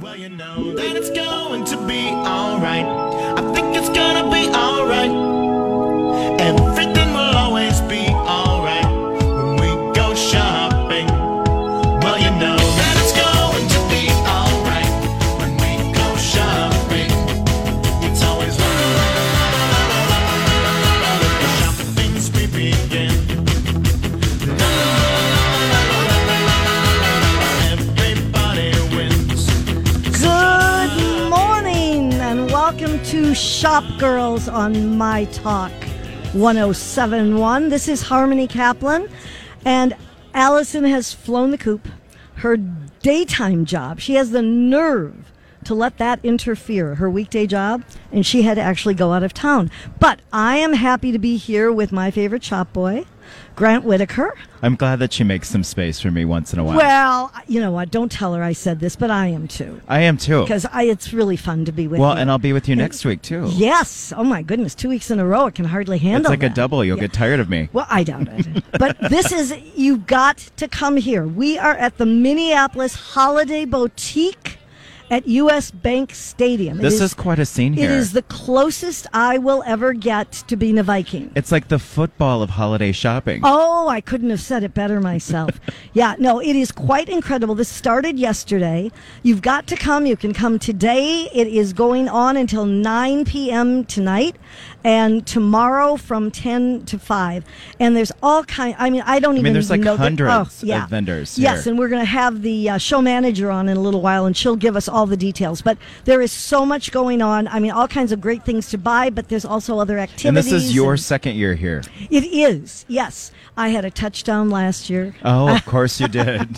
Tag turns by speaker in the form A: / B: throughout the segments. A: Well, you know that it's going to be alright. I think it's gonna be alright. Everything will always be alright when we go shopping. Well, you know that it's going to be alright when we go shopping. It's always la la la la la la la. Shopping things we begin. La la la la la la la la. Everybody wins.
B: Good morning and welcome to Shop Girls on My Talk 1071. This is Harmony Kaplan and Allison has flown the coop. Her daytime job, she has the nerve to let that interfere, her weekday job, and she had to actually go out of town. But I am happy to be here with my favorite shop boy, Grant Whitaker.
C: I'm glad that she makes some space for me once in a while.
B: Well, you know what? Don't tell her I said this, but I am too.
C: I am too.
B: Because it's really fun to be with
C: Well,
B: you.
C: and I'll be with you next week too.
B: Yes. Oh my goodness, two weeks in a row, I can hardly handle.
C: it's like a
B: that.
C: double. You'll get tired of me.
B: Well, I doubt it. but this is you got to come here. We are at the Minneapolis Holiday Boutique at U.S. Bank Stadium. It
C: This is quite a scene here.
B: It is the closest I will ever get to being a Viking.
C: It's like the football of holiday shopping.
B: Oh, I couldn't have said it better myself. yeah, no, it is quite incredible. This started yesterday. You've got to come. You can come today. It is going on until 9 p.m. tonight and tomorrow from 10 to 5. And there's all kind I mean, I don't even
C: there's like
B: know the- oh,
C: hundreds of vendors
B: Yes,
C: here.
B: and we're going to have the uh, show manager on in a little while and she'll give us all the details. But there is so much going on. I mean, all kinds of great things to buy, but there's also other activities.
C: and this is your
B: and-
C: second year here.
B: it is, yes. I had a touchdown last year.
C: Oh, of course you did.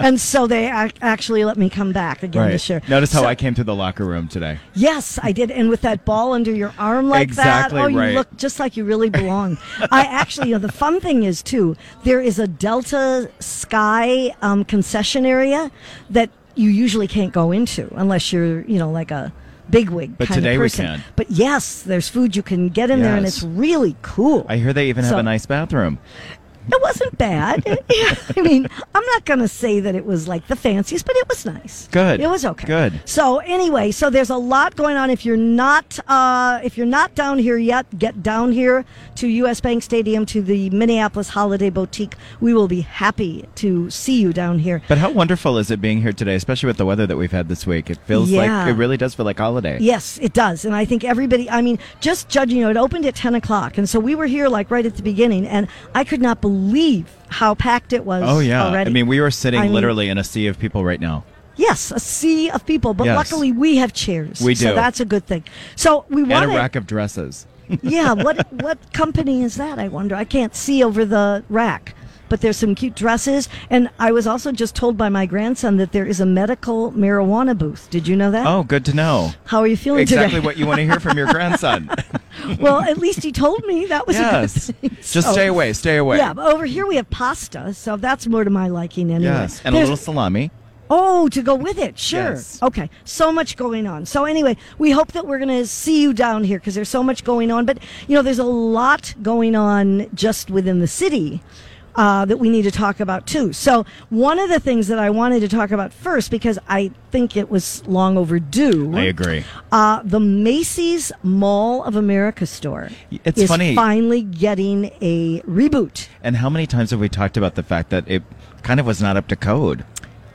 B: and so they ac- actually let me come back again this year.
C: Notice how
B: So-
C: I came through the locker room today.
B: Yes, I did. And with that ball under your arm like
C: Exactly
B: that, oh, you
C: right.
B: look just like you really belong. I actually, you know, the fun thing is too, there is a Delta Sky um, concession area that you usually can't go into unless you're, you know, like a bigwig.
C: But
B: kind
C: today
B: of
C: we
B: person.
C: can.
B: But yes, there's food you can get in there, and
C: Yes.
B: it's really cool.
C: I hear they even have
B: So-
C: a nice bathroom.
B: It wasn't bad. I mean, I'm not going to say that it was like the fanciest, but it was nice.
C: Good.
B: It was okay.
C: Good.
B: So anyway, so there's a lot going on. If you're not uh, if you're not down here yet, get down here to U.S. Bank Stadium to the Minneapolis Holiday Boutique. We will be happy to see you down here.
C: But how wonderful is it being here today, especially with the weather that we've had this week? It feels
B: Yeah.
C: like it really does feel like holiday.
B: Yes, it does. And I think everybody, I mean, just judging, you know, it opened at 10 o'clock. And so we were here like right at the beginning. And I could not believe how packed it was
C: Oh yeah.
B: already.
C: I mean, we were sitting
B: I mean-
C: literally in a sea of people right now.
B: Yes, a sea of people, but
C: Yes.
B: luckily we have chairs.
C: We
B: So
C: do.
B: that's a good thing. So we
C: And
B: want
C: a rack of dresses.
B: yeah, what what company is that? I wonder. I can't see over the rack, but there's some cute dresses. And I was also just told by my grandson that there is a medical marijuana booth. Did you know that?
C: Oh, good to know.
B: How are you feeling
C: exactly
B: today?
C: what you want to hear from your grandson.
B: well, at least he told me that was
C: yes.
B: a good thing.
C: Just
B: So-
C: stay away, stay away.
B: Yeah, but over here we have pasta, so that's more to my liking anyway.
C: Yes. And a
B: There's-
C: little salami.
B: Oh, to go with it. Sure.
C: Yes.
B: Okay. So much going on. So anyway, we hope that we're going to see you down here because there's so much going on. But you know, there's a lot going on just within the city. Uh, that we need to talk about too. So one of the things that I wanted to talk about first, because I think it was long overdue.
C: I agree.
B: Uh, the Macy's Mall of America store
C: It's
B: is
C: funny.
B: finally getting a reboot.
C: And how many times have we talked about the fact that it kind of was not up to code?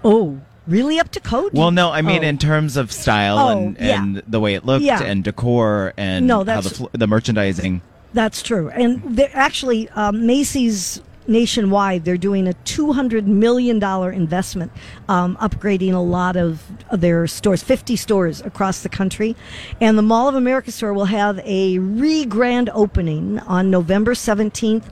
B: Oh, really? Up to code?
C: Well, no, I mean
B: Oh.
C: in terms of style
B: Oh,
C: and,
B: yeah.
C: and the way it looked
B: Yeah.
C: and decor and
B: No,
C: how
B: that's-
C: the, fl- the merchandising.
B: That's true. And they're actually, um, Macy's nationwide, they're doing a $200 million investment, um, upgrading a lot of their stores, 50 stores across the country. And the Mall of America store will have a re grand opening on November 17th.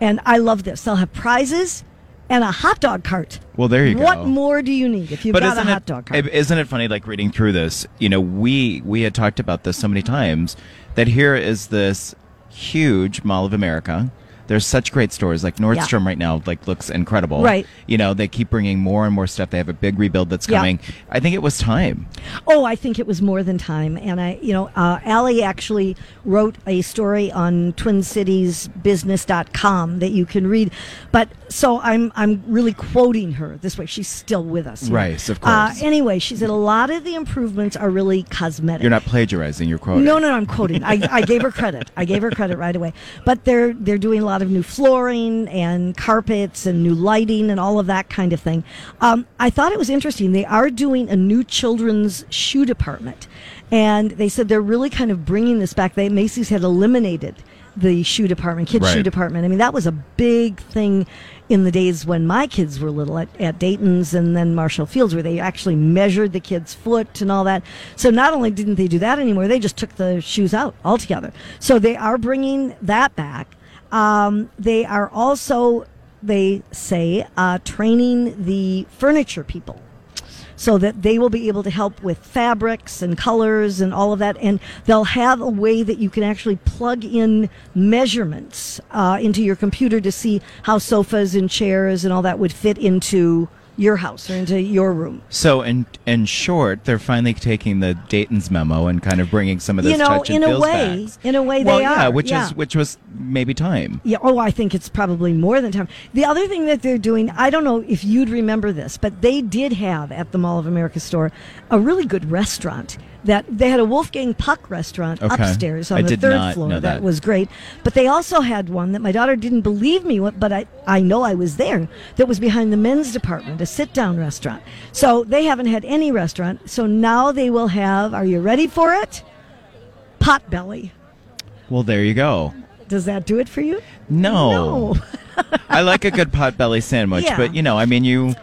B: And I love this. They'll have prizes and a hot dog cart.
C: Well, there you
B: What
C: go.
B: more do you need if you've got a hot
C: it,
B: dog cart?
C: isn't it funny? Like reading through this, you know, we we had talked about this so many times that here is this huge Mall of America There's such great stores like Nordstrom right now. Like looks incredible.
B: Right.
C: You know they keep bringing more and more stuff. They have a big rebuild that's
B: Yeah.
C: coming. I think it was time.
B: Oh, I think it was more than time. And I, you know, uh, Allie actually wrote a story on twincitiesbusiness.com that you can read. But so I'm, I'm really quoting her this way. She's still with us. here.
C: Right, of
B: Uh,
C: course.
B: anyway, she said a lot of the improvements are really cosmetic.
C: You're not plagiarizing. You're quoting.
B: No, no, no, I'm quoting. I, I gave her credit. I gave her credit right away. But they're they're doing a lot of new flooring and carpets and new lighting and all of that kind of thing. Um, I thought it was interesting. They are doing a new children's shoe department, and they said they're really kind of bringing this back. They Macy's had eliminated the shoe department, kids shoe
C: Right.
B: department. I mean, that was a big thing in the days when my kids were little at, at Dayton's and then Marshall Fields, where they actually measured the kid's foot and all that. So not only didn't they do that anymore, they just took the shoes out altogether. So they are bringing that back. Um, they are also, they say, uh, training the furniture people so that they will be able to help with fabrics and colors and all of that. And they'll have a way that you can actually plug in measurements uh, into your computer to see how sofas and chairs and all that would fit into your house or into your room.
C: So in in short, they're finally taking the Dayton's memo and kind of bringing some of
B: You
C: this
B: know,
C: touch
B: in
C: and
B: a
C: feels
B: way-
C: back.
B: in a way
C: well,
B: they
C: yeah,
B: are,
C: which
B: yeah.
C: is which was maybe time.
B: Yeah, oh, I think it's probably more than time. The other thing that they're doing, I don't know if you'd remember this, but they did have at the Mall of America store a really good restaurant that they had a Wolfgang Puck restaurant
C: Okay.
B: upstairs on
C: I
B: the
C: did
B: third
C: not
B: floor.
C: know that.
B: was great. But they also had one that my daughter didn't believe me, when- but I, I know I was there, that was behind the men's department, a sit down restaurant. So they haven't had any restaurant. So now they will have, are you ready for it? Potbelly.
C: Well, there you go.
B: Does that do it for you?
C: No.
B: No.
C: I like a good potbelly sandwich,
B: Yeah.
C: but you know, I mean, you,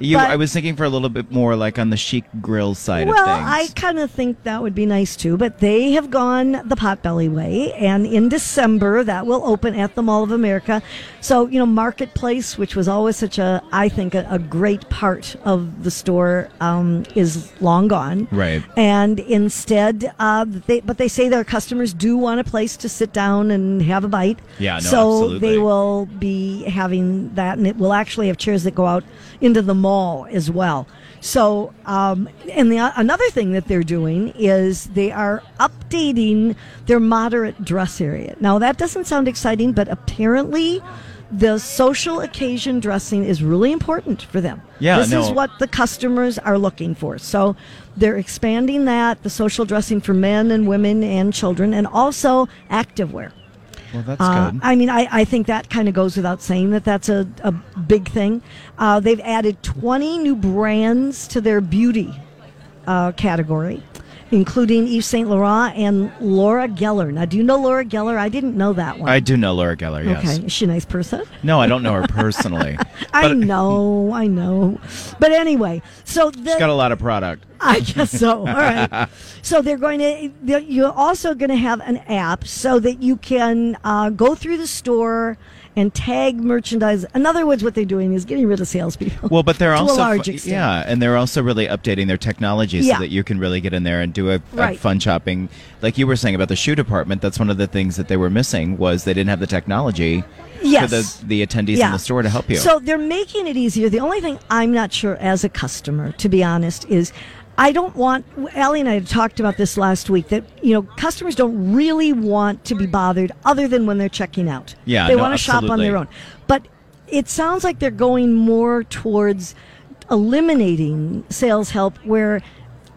C: you.
B: But-
C: I was thinking for a little bit more like on the chic grill side
B: Well,
C: of
B: I
C: things.
B: kind of think that would be nice too, but they have gone the potbelly way, and in December that will open at the Mall of America. So you know, Marketplace, which was always such a, I think, a, a great part of the store, um, is long gone.
C: Right.
B: And instead, uh, they but they say their customers do want a place to sit down and have a bite.
C: Yeah, no,
B: so they
C: absolutely.
B: will be having that, and it will actually have chairs that go out into the mall as well. So, um, and the, another thing that they're doing is they are updating their moderate dress area. Now, that doesn't sound exciting, but apparently, the social occasion dressing is really important for them.
C: Yeah,
B: this is
C: no.
B: what the customers are looking for. So they're expanding that the social dressing for men and women and children, and also activewear.
C: well, that's
B: Uh,
C: good.
B: I mean, I, I think that kind of goes without saying that that's a, a big thing. Uh, they've added 20 new brands to their beauty uh, category, including Yves Saint Laurent and Laura Geller. Now, do you know Laura Geller? I didn't know that one.
C: I do know Laura Geller. Yes.
B: Okay, is she a nice person?
C: No, I don't know her personally.
B: I
C: but
B: know, I know. But anyway, so the,
C: She's got a lot of product.
B: I guess so. All right. So they're going to. they're- You're also going to have an app so that you can uh, go through the store and tag merchandise. In other words, what they're doing is getting rid of salespeople.
C: Well, but they're
B: to
C: also
B: a large
C: fu-
B: extent.
C: yeah, and they're also really updating their technology
B: Yeah.
C: so that you can really get in there and do a, a
B: Right.
C: fun shopping. Like you were saying about the shoe department, that's one of the things that they were missing was they didn't have the technology
B: Yes.
C: for the, the attendees in the store to help you.
B: So they're making it easier. The only thing I'm not sure as a customer, to be honest, is I don't want, Allie and I had talked about this last week, that, you know, customers don't really want to be bothered other than when they're checking out.
C: Yeah,
B: They
C: no,
B: want to shop on their
C: absolutely.
B: own. But it sounds like they're going more towards eliminating sales help where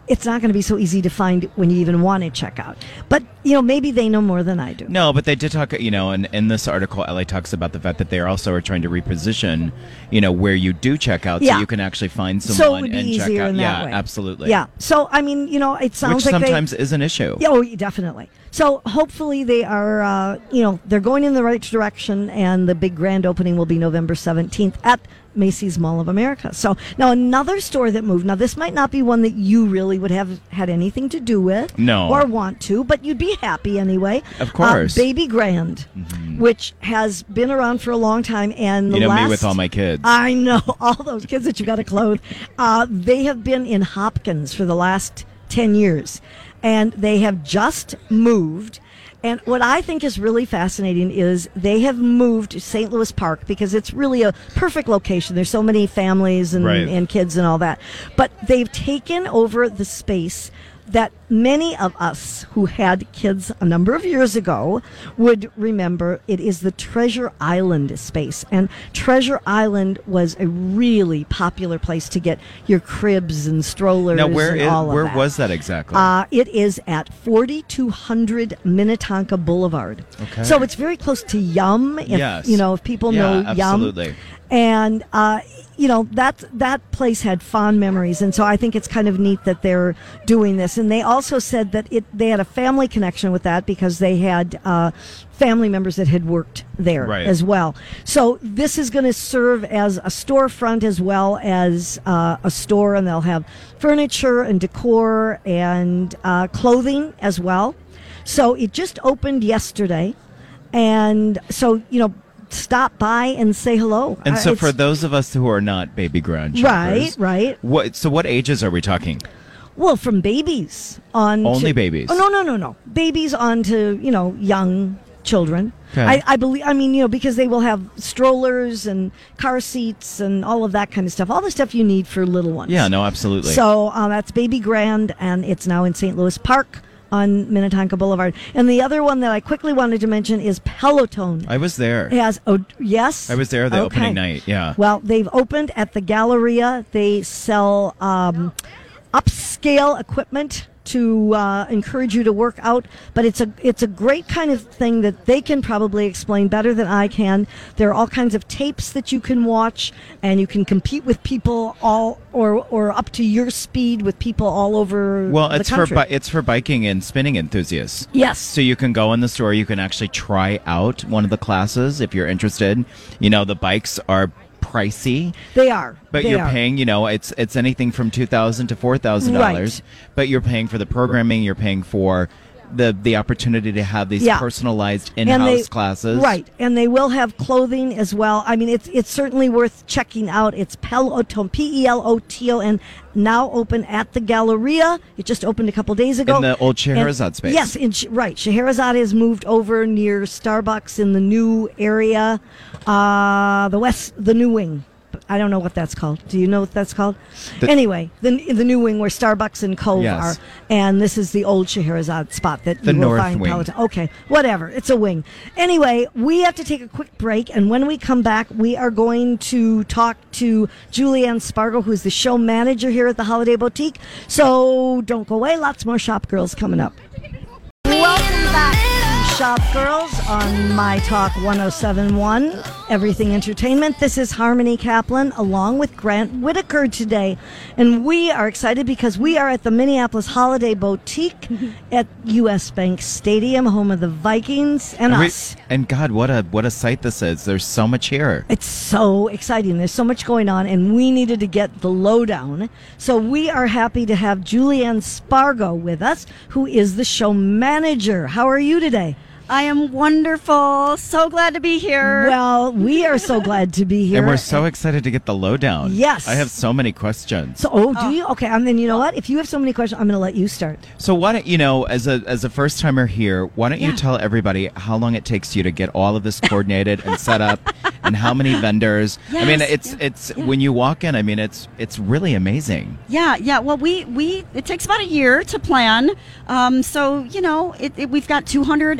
B: it's not going to be so easy to find when you even want to check out. But, you know, maybe they know more than I do.
C: No, but they did talk, you know, and in this article, LA talks about the fact that they also are trying to reposition, you know, where you do check out
B: Yeah.
C: so you can actually find someone
B: so it would be
C: and check
B: easier
C: out.
B: in that
C: yeah,
B: way.
C: absolutely.
B: Yeah. So I mean, you know, it sounds
C: Which
B: like they-
C: sometimes is an issue.
B: yeah, oh, yeah, definitely. So hopefully they are, uh, you know, they're going in the right direction, and the big grand opening will be November 17th at Macy's Mall of America. So now another store that moved. Now this might not be one that you really would have had anything to do with,
C: No.
B: or want to, but you'd be happy anyway.
C: Of course. Mm-hmm.
B: uh, Baby Grand, which has been around for a long time, and the
C: You know
B: last
C: me with all my kids.
B: I know all those kids that you got to clothe. Uh, they have been in Hopkins for the last 10 years. And they have just moved. And what I think is really fascinating is they have moved to St. Louis Park because it's really a perfect location. There's so many families and,
C: Right.
B: and kids and all that. But they've taken over the space that many of us who had kids a number of years ago would remember. It is the Treasure Island space. And Treasure Island was a really popular place to get your cribs and strollers
C: Now, where
B: and
C: is,
B: all of
C: where
B: that.
C: was that exactly?
B: Uh, it is at 4200 Minnetonka Boulevard.
C: Okay.
B: So it's very close to Yum. If,
C: Yes.
B: You know, if people
C: Yeah,
B: know Yum.
C: absolutely.
B: And, uh, you know, that, that place had fond memories. And so I think it's kind of neat that they're doing this. And they also said that it, they had a family connection with that because they had, uh, family members that had worked there
C: Right.
B: as well. So this is going to serve as a storefront as well as uh, a store, and they'll have furniture and decor and uh, clothing as well. So it just opened yesterday, and so you know, stop by and say hello.
C: and
B: Uh,
C: so,
B: it's-
C: for those of us who are not baby grunge,
B: Right, right.
C: What? So, what ages are we talking?
B: well, from babies on
C: Only
B: to-
C: babies.
B: Oh no no no no babies on to you know young children.
C: Okay.
B: I, I believe. I mean you know because they will have strollers and car seats and all of that kind of stuff. All the stuff you need for little ones.
C: Yeah, no, absolutely.
B: So uh, that's Baby Grand, and it's now in St. Louis Park on Minnetonka Boulevard. And the other one that I quickly wanted to mention is Peloton.
C: I was there.
B: has oh yes,
C: I was there the
B: Okay.
C: opening night. Yeah.
B: Well, they've opened at the Galleria. They sell um, upscale equipment to uh, encourage you to work out, but it's a it's a great kind of thing that they can probably explain better than I can. There are all kinds of tapes that you can watch, and you can compete with people all or or up to your speed with people all over.
C: Well,
B: the
C: it's for
B: country.
C: bi- it's for biking and spinning enthusiasts.
B: Yes.
C: So you can go in the store. You can actually try out one of the classes if you're interested. You know, the bikes are pricey,
B: they are.
C: but
B: They
C: you're
B: are.
C: paying. You know, it's it's anything from two thousand to four thousand dollars.
B: Right.
C: But you're paying for the programming. You're paying for the the opportunity to have these
B: Yeah.
C: personalized in-house classes.
B: Right, and they will have clothing as well. I mean, it's it's certainly worth checking out. It's Peloton, P E L O T O N, now open at the Galleria. It just opened a couple days ago
C: In the old
B: And-
C: Scheherazade space.
B: Yes, in, Sh- right. Scheherazade has moved over near Starbucks in the new area, uh, the west, the new wing. I don't know what that's called. Do you know what that's called?
C: The-
B: anyway, the the new wing where Starbucks and Cove
C: Yes.
B: are, and this is the old Scheherazade spot that
C: The
B: you will
C: north
B: find
C: wing.
B: Peloton. Okay, whatever. It's a wing. Anyway, we have to take a quick break, and when we come back, we are going to talk to Julianne Spargo, who's the show manager here at the Holiday Boutique. So don't go away. Lots more Shop Girls coming up. Welcome back to Shop Girls on My Talk 1071, Everything Entertainment. This is Harmony Kaplan along with Grant Whitaker today. And we are excited because we are at the Minneapolis Holiday Boutique at US Bank Stadium, home of the Vikings and
C: Every-
B: us.
C: and God, what a what a sight this is. There's so much here.
B: It's so exciting. There's so much going on, and we needed to get the lowdown. So we are happy to have Julianne Spargo with us, who is the show manager. How are you today?
D: I am wonderful. So glad to be here.
B: Well, we are so glad to be here.
C: And we're so excited to get the lowdown.
B: Yes.
C: I have so many questions.
B: So, oh, do you? Okay, and then you know what? If you have so many questions, I'm going to let you start.
C: So why don't you know, as a as a first timer here, why don't you tell everybody how long it takes you to get all of this coordinated and set up, and how many vendors? I mean,
D: Yes,
C: it's it's when you walk in. I mean, it's it's really amazing.
D: Yeah, yeah. Well, we we it takes about a year to plan. Um, so you know, it, it, we've got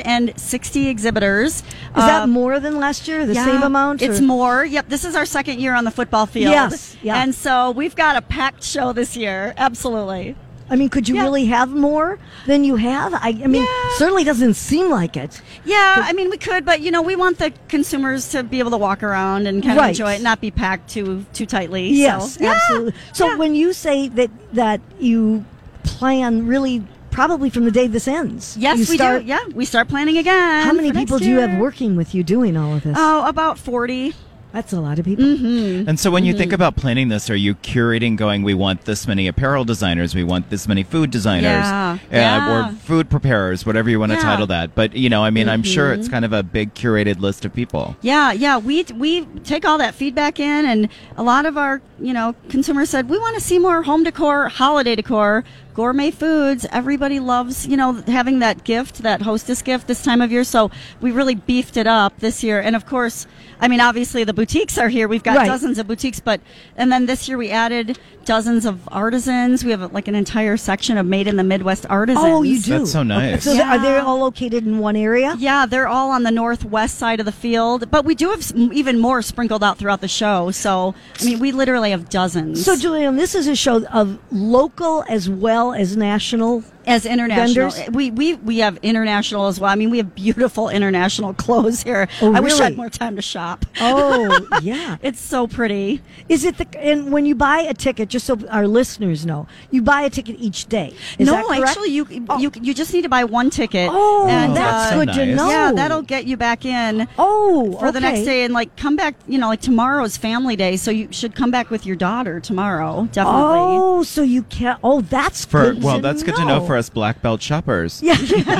D: 260 exhibitors. Um,
B: Is that more than last year? The same amount?
D: Uh, It's
B: or-
D: more. Yep. This is our second year on the football field.
B: Yes, yeah.
D: And so we've got a packed show this year. Absolutely.
B: I mean, could you
D: Yeah.
B: really have more than you have? I, I mean,
D: Yeah.
B: certainly doesn't seem like it.
D: Yeah, I mean we could, but you know we want the consumers to be able to walk around and kind of
B: Right.
D: enjoy it, not be packed too too tightly.
B: Yes,
D: so, yeah.
B: absolutely. So
D: yeah.
B: when you say that that you plan really probably from the day this ends.
D: Yes,
B: you
D: we
B: start,
D: do. Yeah, we start planning again.
B: How many
D: for next
B: people do you have
D: year.
B: working with you doing all of this?
D: Oh, about 40.
B: That's a lot of people.
D: Mm-hmm.
C: And so when you think about planning this, are you curating going, we want this many apparel designers, we want this many food designers,
D: Yeah.
C: uh,
D: Yeah.
C: or food preparers, whatever you want
D: Yeah. Mm-hmm.
C: to title that. But, you know, I mean, I'm sure it's kind of a big curated list of people.
D: Yeah, yeah, we we take all that feedback in, and a lot of our you know consumers said we want to see more home decor, holiday decor, gourmet foods. Everybody loves you know having that gift, that hostess gift this time of year. So we really beefed it up this year, and of course, I mean obviously the boutiques are here. We've got
B: Right.
D: dozens of boutiques, but and then this year we added dozens of artisans. We have like an entire section of made in the Midwest artisans.
B: Oh, you do.
C: That's so nice.
B: So th- are they
D: Yeah.
B: all located in one area?
D: Yeah, they're all on the northwest side of the field, but we do have s- even more sprinkled out throughout the show. So, I mean, we literally have dozens.
B: So, Julian, this is a show of local as well as national.
D: as international, eh,
B: vendors?
D: we, we we have international as well. I mean, we have beautiful international clothes here.
B: Oh,
D: I wish I
B: really?
D: had more time to shop.
B: Oh, yeah.
D: It's so pretty.
B: Is it the and when you buy a ticket? Just so our listeners know, you buy a ticket each day. Is
D: no,
B: that correct?
D: actually, you
B: Oh.
D: you you just need to buy one ticket.
B: Oh, that's
C: uh,
B: good to
C: nice.
B: know.
D: Yeah, that'll get you back in.
B: Oh,
D: for the next
B: okay.
D: day and like come back. You know, like tomorrow's family day, so you should come back with your daughter tomorrow. Definitely.
B: Oh, so you can't. Oh, that's
C: For,
B: good
C: well,
B: to
C: that's good to know for us black belt shoppers.
B: Yeah,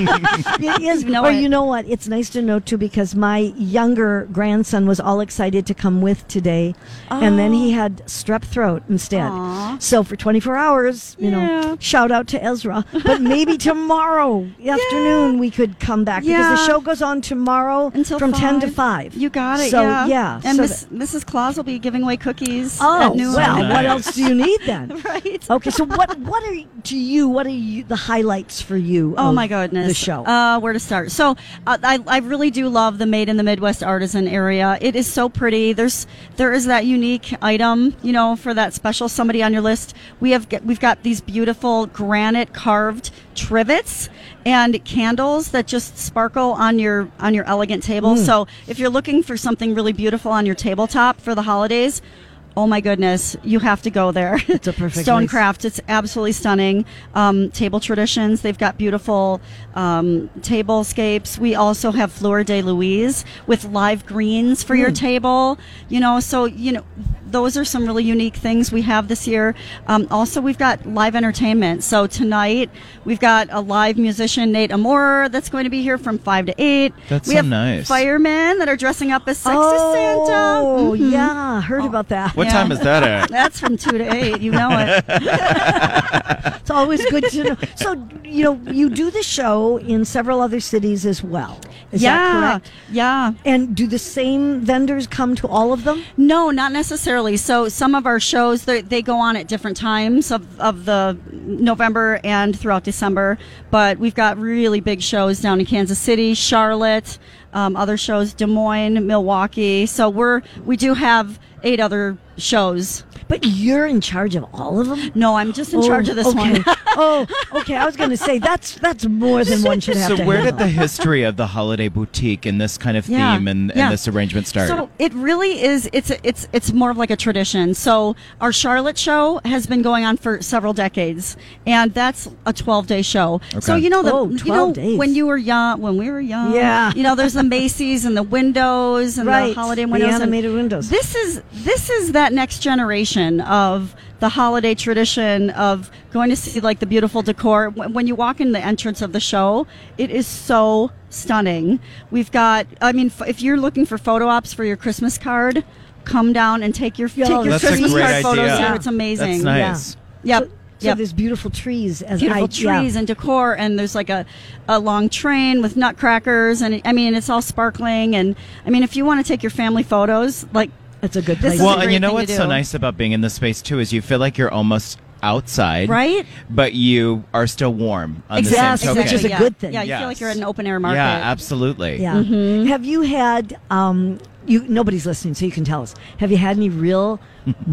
B: it is.
D: You know
B: or
D: it.
B: you know what? It's nice to know too because my younger grandson was all excited to come with today, and then he had strep throat instead.
D: Oh. Aw.
B: So for 24 hours, you
D: Yeah.
B: know, shout out to Ezra. But maybe tomorrow afternoon we could come back because
D: Yeah.
B: the show goes on tomorrow
D: until
B: from 10 to 5.
D: five. You got it.
B: So
D: yeah. And
B: so
D: Miss,
B: that-
D: Mrs. Claus will be giving away cookies.
B: Oh
D: at noon.
B: well,
C: Nice.
B: what else do you need then?
D: right.
B: Okay, so what what are to you? What are you the highlights for you?
D: Oh
B: of
D: my goodness!
B: the show.
D: Uh, where to start? So, uh, I I really do love the Made in the Midwest artisan area. It is so pretty. There's there is that unique item, you know, for that special somebody on your list. We have g- we've got these beautiful granite carved trivets and candles that just sparkle on your on your elegant table.
B: Mm.
D: So, if you're looking for something really beautiful on your tabletop for the holidays. Oh my goodness! You have to go there. It's
B: a perfect place.
D: Stonecraft craft. It's absolutely stunning. Um, table traditions. They've got beautiful um, tablescapes. We also have Fleur de Louise with live greens for your
B: Hmm.
D: table. You know, so you know, those are some really unique things we have this year. Um, also, we've got live entertainment. So tonight we've got a live musician Nate Amore that's going to be here from five to eight.
C: That's
D: we
C: so
D: have
C: nice.
D: Firemen that are dressing up as sexy
B: Oh,
D: Santa. Mhm.
B: yeah, heard about that.
C: What
D: Yeah.
C: time is that at?
D: That's from two to eight. You know it.
B: It's always good to know. So, you know, you do the show in several other cities as well. Is
D: yeah.
B: that correct?
D: Yeah.
B: And do the same vendors come to all of them?
D: No, not necessarily. So some of our shows they, they go on at different times of, of the November and throughout December. But we've got really big shows down in Kansas City, Charlotte, um, other shows Des Moines, Milwaukee. So we're we do have eight other shows.
B: But you're in charge of all of them?
D: No, I'm just in charge of this
B: okay.
D: one.
B: oh, okay. I was going to say that's that's more than one should have
C: So
B: to
C: where did
B: handle.
C: the history of the holiday boutique and this kind of
D: Yeah.
C: theme and, and
D: Yeah.
C: this arrangement start?
D: So it really is. It's it's it's more of like a tradition. So our Charlotte show has been going on for several decades, and that's a twelve day show. So
C: Okay.
D: you know the
B: Whoa,
D: you
B: 12
D: know
B: Oh, days.
D: when you were young, when we were young,
B: Yeah.
D: You know, there's the Macy's and the windows and
B: Right,
D: the holiday
B: the
D: windows, and
B: animated windows.
D: This is this is that next generation of the holiday tradition of going to see like the beautiful decor. Wh- When you walk in the entrance of the show, it is so stunning. We've got, I mean, f- if you're looking for photo ops for your Christmas card, come down and take your take your
B: that's a
D: Christmas
B: great
D: card photos
B: idea.
D: here. It's amazing.
C: That's nice.
D: Yep.
B: So, so
D: yep
B: there's beautiful trees as
D: beautiful
B: I, yeah.
D: trees and decor and there's like a, a long train with nutcrackers and i mean it's all sparkling and i mean if you want to take your family photos like
B: That's a good place.
D: This is a
C: Well,
D: great
C: and you know
D: thing to
C: what's so
D: do.
C: nice about being in this space too is you feel like you're almost outside,
D: Right?
C: But you are still warm. On
B: Yes,
C: the same
B: exactly,
C: token.
B: which is a
D: yeah.
B: good thing.
D: yeah you feel like
C: Yes.
D: you're at an open air market
C: Yeah, absolutely.
B: Yeah.
C: Mm-hmm.
B: Have you had um you nobody's listening so you can tell us. Have you had any real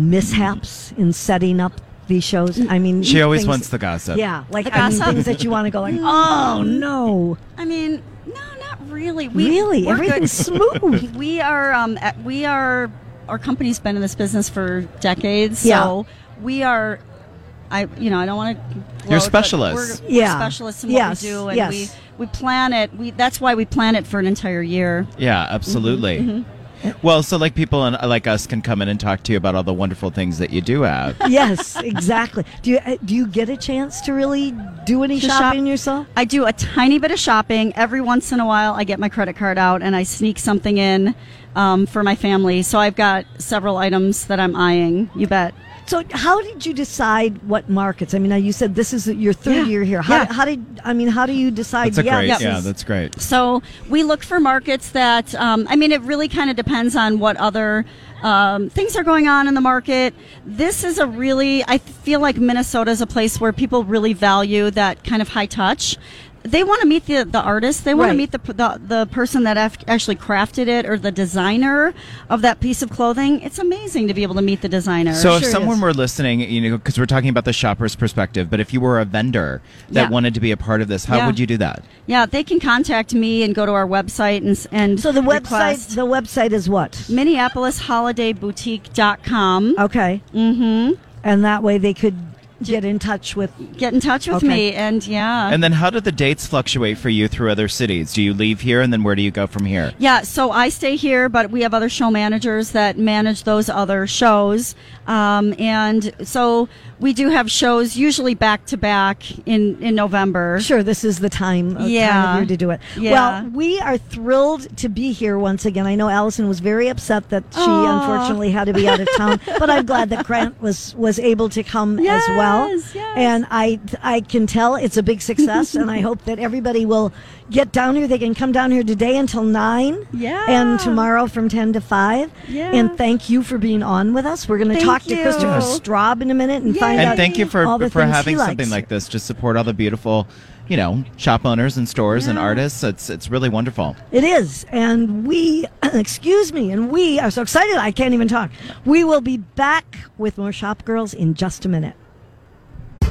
B: mishaps in setting up these shows? I mean
C: She always
B: things-
C: wants the gossip.
B: Yeah, like
D: The
B: I mean,
D: gossip?
B: things that you want to go like, "Oh no."
D: i mean no not really we,
B: really?
D: we're good.
B: Everything's smooth.
D: we are um at- we are our company's been in this business for decades so we are i you know i don't want to
C: You're specialists.
D: we're,
B: Yeah.
D: we're specialists in
B: Yes,
D: what we do and
B: yes.
D: we we plan it we that's why we plan it for an entire year
C: Yeah, absolutely. Well, so like people and like us can come in and talk to you about all the wonderful things that you do have.
B: yes, exactly. Do you uh, do you get a chance to really do any
D: To shop-
B: shopping yourself?
D: I do a tiny bit of shopping every once in a while. I get my credit card out and I sneak something in um, for my family. So I've got several items that I'm eyeing. You bet.
B: So, how did you decide what markets? I mean, now you said this is your third
D: Yeah,
B: year here. How,
D: yeah.
B: how did I mean? How do you decide?
C: That's a great.
B: this
C: Yeah,
B: is-
C: that's great.
D: So we look for markets that, um, I mean, it really kind of depends on what other um, things are going on in the market. This is a really, I feel like Minnesota is a place where people really value that kind of high touch. They want to meet the, the artist. They want
B: Right.
D: to meet the, the the person that ac- actually crafted it or the designer of that piece of clothing. It's amazing to be able to meet the designer.
C: So, if
B: Sure
C: someone
B: is.
C: were listening, you know, because we're talking about the shopper's perspective, but if you were a vendor that
D: Yeah.
C: wanted to be a part of this, how
D: Yeah.
C: would you do that?
D: yeah, they can contact me and go to our website and s- and
B: So the website.
D: request.
B: The website is what?
D: minneapolisholidayboutique.com.
B: Okay. Mm-hmm. And that way they could get in touch with.
D: Get in touch with
B: Okay.
D: me, and yeah.
C: And then, how do the dates fluctuate for you through other cities? Do you leave here, and then where do you go from here?
D: yeah, so I stay here, but we have other show managers that manage those other shows. Um, and so we do have shows usually back to back in, in November.
B: Sure, this is the time, uh, time
D: Yeah.
B: of year to do it.
D: Yeah.
B: Well, we are thrilled to be here once again. I know Allison was very upset that she
D: Aw.
B: unfortunately had to be out of town, but I'm glad that Grant was was able to come as well.
D: Yes, yes.
B: And I I can tell it's a big success, and I hope that everybody will get down here. They can come down here today until nine.
D: Yeah.
B: And tomorrow from ten to five.
D: Yeah.
B: And thank you for being on with us. We're going to
D: Thank
B: talk to
D: you.
B: Christopher Straub in a minute and
D: Yay.
B: find out
C: And thank you for
B: all the
C: for
B: things he
C: having something
B: likes.
C: like this to support all the beautiful, you know, shop owners and stores and
D: Yeah.
C: artists. It's it's really wonderful.
B: It is. And we, excuse me, and we are so excited I can't even talk. We will be back with more Shop Girls in just a minute.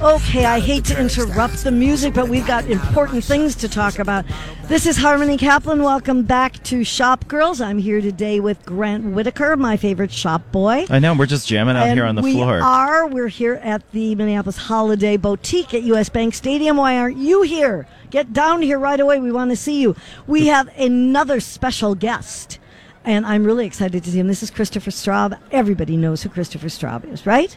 B: Okay, I hate to interrupt the music, but we've got important things to talk about. This is Harmony Kaplan. Welcome back to Shop Girls. I'm here today with Grant Whitaker, my favorite shop boy.
C: I know we're just jamming out here
B: And
C: on the
B: we
C: floor.
B: are. We're here at the Minneapolis Holiday Boutique at US Bank Stadium. Why aren't you here? Get down here right away. We want to see you. We have another special guest, and I'm really excited to see him. This is Christopher Straub. Everybody knows who Christopher Straub is, right?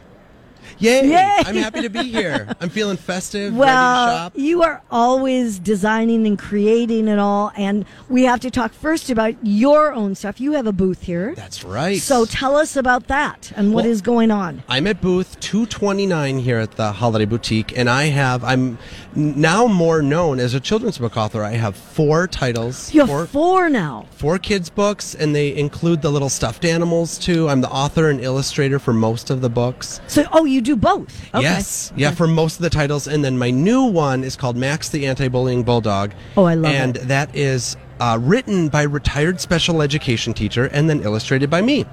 E: Yay!
B: Yay!
E: I'm happy to be here. I'm feeling festive,
B: Well,
E: ready to shop.
B: you are always designing and creating and all, and we have to talk first about your own stuff. You have a booth here.
E: That's right.
B: So tell us about that and what is
E: Well-
B: going on.
E: I'm at booth 229 here at the Holiday Boutique, and I have I'm now more known as a children's book author. I have four titles.
B: You
E: four-
B: have four now.
E: four kids books and they include the little stuffed animals too i'm the author and illustrator for most of the books
B: So, oh, you do both. Okay.
E: yes yeah for most of the titles and then my new one is called max the anti-bullying bulldog
B: Oh, I love
E: and that is uh, written by retired special education teacher and then illustrated by me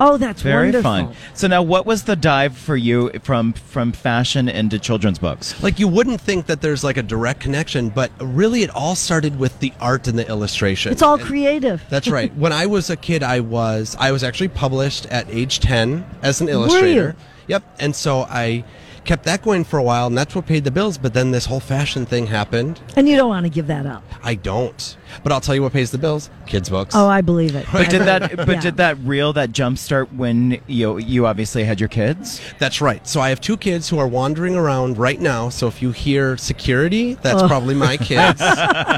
B: Oh, that's
C: Very
B: wonderful.
C: fun. So now, what was the dive for you from from fashion into children's books?
E: like you wouldn't think that there's like a direct connection but really it all started with the art and the illustration
B: It's all creative.
E: That's right. When I was a kid, I was I was actually published at age ten as an illustrator.
B: you?
E: Yep. And so I kept that going for a while, and that's what paid the bills. But then this whole fashion thing happened.
B: And you don't want to give that up.
E: I don't. But I'll tell you what pays the bills: kids' books.
B: Oh, I believe it.
C: But did that? But
B: Yeah.
C: did that reel that jump start when you you obviously had your kids?
E: That's right. So I have two kids who are wandering around right now. So if you hear security, that's
B: Oh.
E: probably my kids,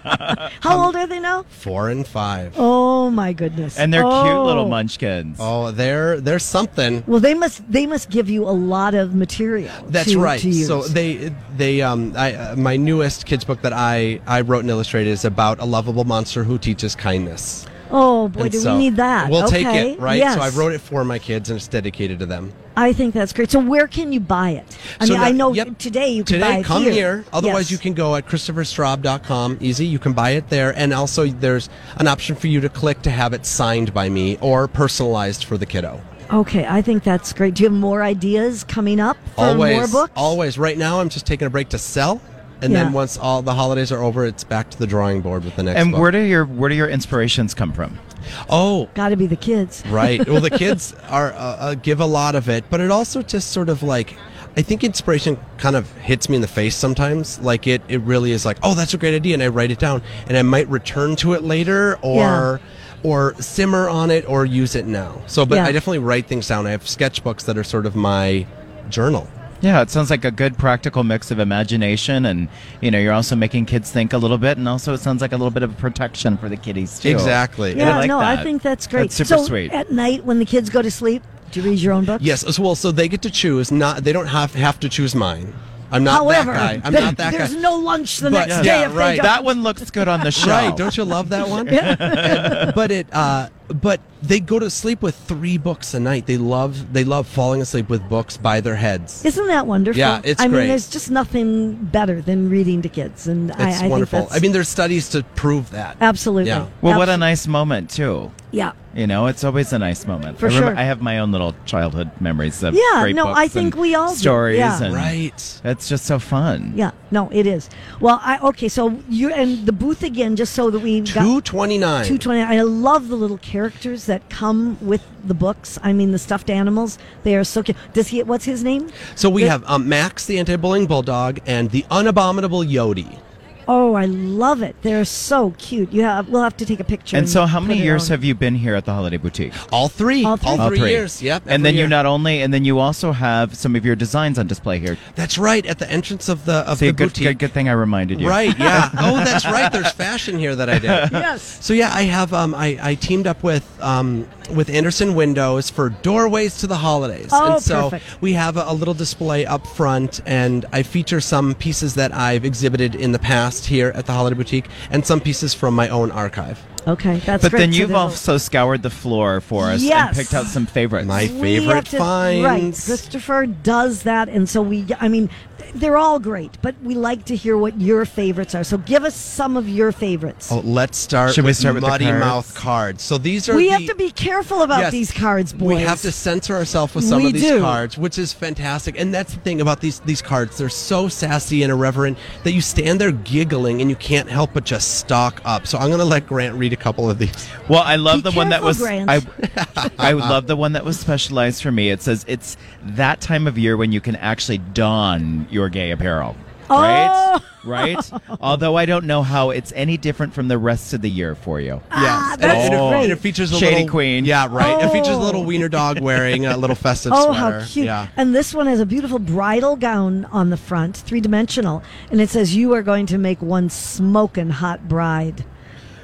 B: How old are they now?
E: four and five. Oh.
B: Oh my goodness.
C: And they're cute little
B: Oh.
C: munchkins.
E: they're they're something.
B: Well, they must they must give you a lot of material.
E: That's
B: to-
E: right.
B: to use.
E: So they they um I uh, my newest kids book that I I wrote and illustrated is about a lovable monster who teaches kindness.
B: oh boy,
E: And
B: do
E: so
B: we need that?
E: We'll
B: okay.
E: take it, right?
B: Yes.
E: So I wrote it for my kids and it's dedicated to them.
B: I think that's great. So where can you buy it? I
E: So
B: mean,
E: now-
B: I know
E: yep.
B: today you can
E: today,
B: buy it
E: come
B: here.
E: here.
B: Yes.
E: Otherwise, you can go at christopherstraub.com. Easy, you can buy it there. And also, there's an option for you to click to have it signed by me or personalized for the kiddo.
B: Okay, I think that's great. Do you have more ideas coming up for
E: always,
B: more books?
E: always. Right now, I'm just taking a break to sell. And
B: Yeah.
E: then once all the holidays are over, it's back to the drawing board with the next
C: and
E: book.
C: where do your where do your inspirations come from?
E: Oh,
B: Got to be the kids.
E: right. Well, the kids are uh, uh, give a lot of it, but it also just sort of like I think inspiration kind of hits me in the face sometimes. Like it, it really is like, oh, that's a great idea, and I write it down, and I might return to it later, or or simmer on it or use it now. So, but
B: Yeah.
E: I definitely write things down. I have sketchbooks that are sort of my journal.
C: Yeah, it sounds like a good practical mix of imagination and, you know, you're also making kids think a little bit and also it sounds like a little bit of protection for the kiddies too.
E: Exactly.
C: And I
B: Yeah,
C: like
B: no, I
C: that.
B: think that's great.
C: That's super
B: so
C: sweet.
B: at night when the kids go to sleep, do you read your own books?
E: Yes, as well. So they get to choose. Not they don't have have to choose mine. I'm not
B: However,
E: that guy. I'm
B: there-
E: not that
B: there's
E: guy.
B: no lunch the
E: But-
B: next day
E: yeah,
B: if
E: right.
B: they don't.
C: That one looks good on the show.
E: Right? Don't you love that one? And- but it, uh, but they go to sleep with three books a night. They love they love falling asleep with books by their heads.
B: Isn't that wonderful?
E: Yeah, it's
B: I
E: great.
B: mean, there's just nothing better than reading to kids, and I, I
E: It's
B: think
E: wonderful.
B: that's-
E: I mean, there's studies to prove that.
B: absolutely.
E: Yeah.
C: Well, what a
B: Abso-
C: nice moment too.
B: Yeah.
C: You know, it's always a nice moment.
B: For
C: I remember-
B: sure.
C: I have my own little childhood memories of
B: Yeah,
C: great
B: no,
C: books
B: I think
C: and
B: we all do.
C: stories
B: Yeah.
C: and
E: Right.
C: That's just so fun.
B: Yeah, no, it is. Well, I okay. So you and the booth again, just so that we
E: Two twenty nine.
B: two twenty. I love the little characters that come with the books. I mean, the stuffed animals. They are so cute. Does he? What's his name?
E: So we have um, Max, the anti-bullying bulldog, and the unabominable Yodi.
B: Oh, I love it. They're so cute. You have. We'll have to take a picture.
C: And so, how many years
B: have you?
C: have you been here at the Holiday Boutique?
E: All three.
B: All three.
C: All three.
E: years. Yep. every
C: And then
E: year.
C: you not only, and then you also have some of your designs on display here.
E: That's right. At the entrance of the of
C: See,
E: the
C: good,
E: boutique.
C: good, good thing I reminded you.
E: Right. Yeah. oh, that's right. There's fashion here that I did.
B: Yes.
E: So yeah, I have um, I, I teamed up with um, with Anderson Windows for doorways to the holidays,
B: Oh,
E: and so
B: perfect.
E: we have a, a little display up front, and I feature some pieces that I've exhibited in the past here at the Holiday Boutique, and some pieces from my own archive.
B: Okay, that's
C: But
B: great.
C: then
B: So
C: you've
B: there's a-
C: also scoured the floor for us
B: Yes.
C: and picked out some favorites.
E: My
B: We have
E: favorite
B: to- Right,
E: finds.
B: Christopher does that, and so we. I mean, they're all great, but we like to hear what your favorites are. So give us some of your favorites.
E: Oh, let's start.
C: Should we
E: with
C: start with the
E: Muddy
C: cards?
E: Mouth cards? So these are
B: we
E: the-
B: have to be careful about
E: Yes.
B: these cards, boys.
E: We have to censor ourselves with some
B: We
E: of these
B: do.
E: cards, which is fantastic. And that's the thing about these these cards. They're so sassy and irreverent that you stand there giggling and you can't help but just stock up. So I'm going to let Grant read a couple of these.
C: Well, I love
B: Be
C: the one that
B: careful,
C: was.
B: Grant.
C: I, I would love the one that was specialized for me. It says it's that time of year when you can actually don your gay apparel. Right?
B: Oh.
C: Right? Although I don't know how it's any different from the rest of the year for you.
B: Ah,
E: and,
B: that's
E: it, and it-
B: great.
E: and it features a
C: Shady
E: little,
C: Queen.
E: Yeah, right. It features a
B: Oh.
E: little wiener dog wearing a little festive
B: Oh,
E: sweater.
B: how cute!
E: Yeah.
B: And this one has a beautiful bridal gown on the front, three dimensional, and it says, "You are going to make one smoking hot bride."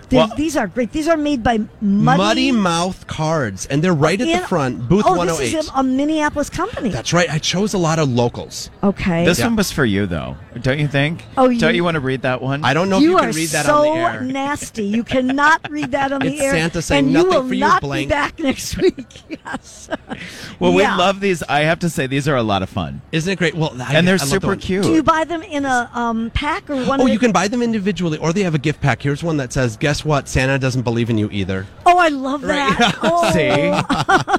B: These,
C: Well-
B: these are great. These are made by
E: Muddy Mouth cards, and they're right at
B: in-
E: the front, booth
B: oh, this
E: 108.
B: is a, a Minneapolis company.
E: That's right. I chose a lot of locals.
B: okay.
C: This one was for you, though, don't you think?
B: Oh, you-
C: don't you want to read that one?
E: I don't know
B: you,
E: if you
B: are
E: can read that
B: so
E: on the air.
B: nasty. You cannot read that on
E: It's
B: the air.
E: Santa saying
B: and
E: nothing
B: you will
E: for you,
B: not
E: blank.
B: be back next week. Yes.
C: Well,
B: Yeah.
C: we love these. I have to say, these are a lot of fun,
E: Isn't it great? Well, I,
C: and
E: I
C: they're
E: love the
C: super
E: one-
C: cute.
B: Do you buy them in a um, pack or one?
E: Oh,
B: at a-
E: you can buy them individually, or they have a gift pack. Here's one that says, "Guess what? Santa doesn't believe in you either."
B: Oh, I love that.
C: See?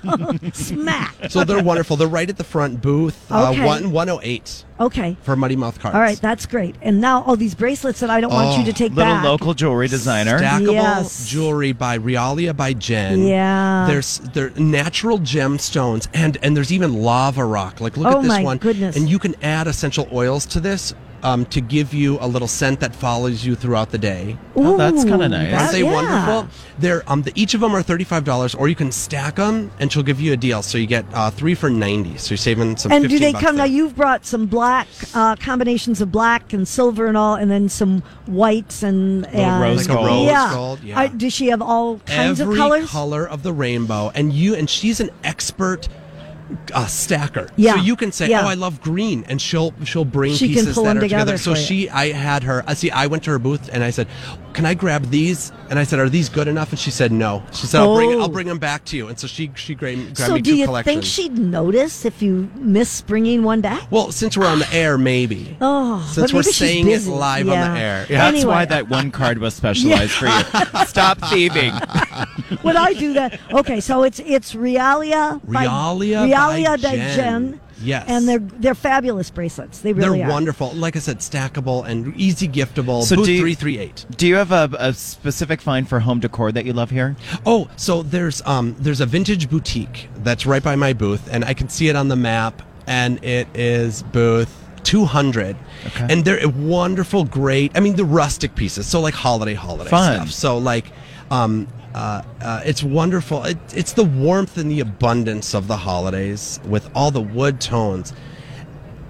B: Oh, smack.
E: So they're wonderful. They're right at the front booth, uh,
B: Okay.
E: one one oh eight
B: Okay.
E: for Muddy Mouth cards.
B: All right, that's great. And now all these bracelets that I don't want you to take
C: Oh, Little
B: back.
C: local jewelry designer.
E: Stackable
B: Yes.
E: jewelry by Rialia by Jen.
B: Yeah.
E: There's they're natural gemstones and and there's even lava rock. Like look
B: Oh
E: at this
B: my
E: one.
B: goodness.
E: And you can add essential oils to this um, to give you a little scent that follows you throughout the day.
C: Oh, that's
B: Ooh,
C: kinda nice.
E: Aren't
B: that-
E: they
B: yeah.
E: wonderful? They're um, the, each of them are thirty five dollars, or you can stack them, and she'll give you a deal. So you get uh, three for ninety. So you're saving some.
B: And do
E: 15
B: they
E: bucks
B: come now?
E: there.
B: You've brought some black uh, combinations of black and silver and all, and then some whites and and-
C: rose Like a gold. rose
B: Yeah.
E: gold, yeah.
B: I- does she have all kinds
E: Every
B: of colors?
E: color of the rainbow, and you and she's an expert. uh stacker,
B: Yeah,
E: so you can say,
B: yeah.
E: "Oh, I love green," and she'll she'll bring
B: She can
E: pieces
B: pull
E: that
B: them
E: are
B: together
E: So
B: for you.
E: she, I had her. I see. I went to her booth and I said, "Can I grab these?" And I said, "Are these good enough?" And she said, "No." She said, "I'll bring
B: Oh.
E: I'll bring them back to you." And so she she gra- grabbed
B: So
E: me
B: do
E: two
B: you
E: collections.
B: think she'd notice if you miss bringing one back?
E: Well, since we're on the air, maybe.
B: Oh,
E: since
B: but
E: we're
B: maybe she's
E: saying it
B: busy.
E: live on
B: Yeah.
E: the air.
B: Yeah.
C: That's
B: Anyway.
C: why that one card was specialized for you. Stop thieving.
B: Would I do that? Okay, so it's it's Realia, by-
E: Realia
B: Realia
E: by
B: by
E: Jen.
B: Jen.
E: Yes.
B: and they're they're fabulous bracelets. They really
E: They're
B: are.
E: wonderful. Like I said, stackable and easy giftable.
C: So
E: Booth
C: do you-
E: 338.
C: Do you have a, a specific find for home decor that you love here?
E: Oh, so there's um there's a vintage boutique that's right by my booth and I can see it on the map and it is booth 200.
C: Okay.
E: And they're wonderful, great. I mean the rustic pieces. So like holiday holiday
C: Fun.
E: stuff. So like Um, uh, uh, it's wonderful. It, it's the warmth and the abundance of the holidays with all the wood tones,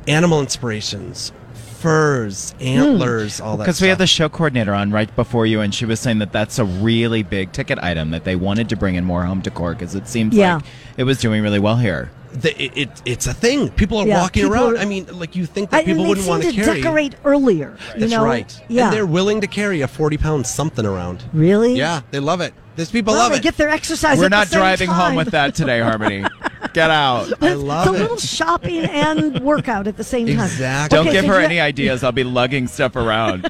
E: animal inspirations, furs, antlers, all
C: Hmm.
E: that.
C: Because we had the
E: stuff.
C: show coordinator on right before you, and she was saying that that's a really big ticket item that they wanted to bring in more home decor because it seems
B: Yeah.
C: like it was doing really well here.
E: The- it, it, it's a thing. People are
B: Yeah,
E: walking
B: people
E: around.
B: are-
E: I mean, like you think that
B: I, and
E: people
B: they
E: wouldn't
B: seem
E: want
B: to
E: to carry.
B: decorate earlier. You
E: That's
B: know?
E: right.
B: Yeah.
E: And they're willing to carry a 40 pound something around.
B: really.
E: Yeah, they love it. These people
B: Well,
E: love
B: they
E: it.
B: get their exercise.
C: We're
B: at the
C: not
B: same
C: driving home
B: time.
C: with that today, Harmony. Get out.
E: I
B: It's a
E: love
B: little
E: it.
B: shopping and workout at the same time.
E: Exactly.
C: Don't
B: Okay,
C: give
B: so
C: her
B: do
C: any
B: you-
C: ideas. I'll be lugging stuff around.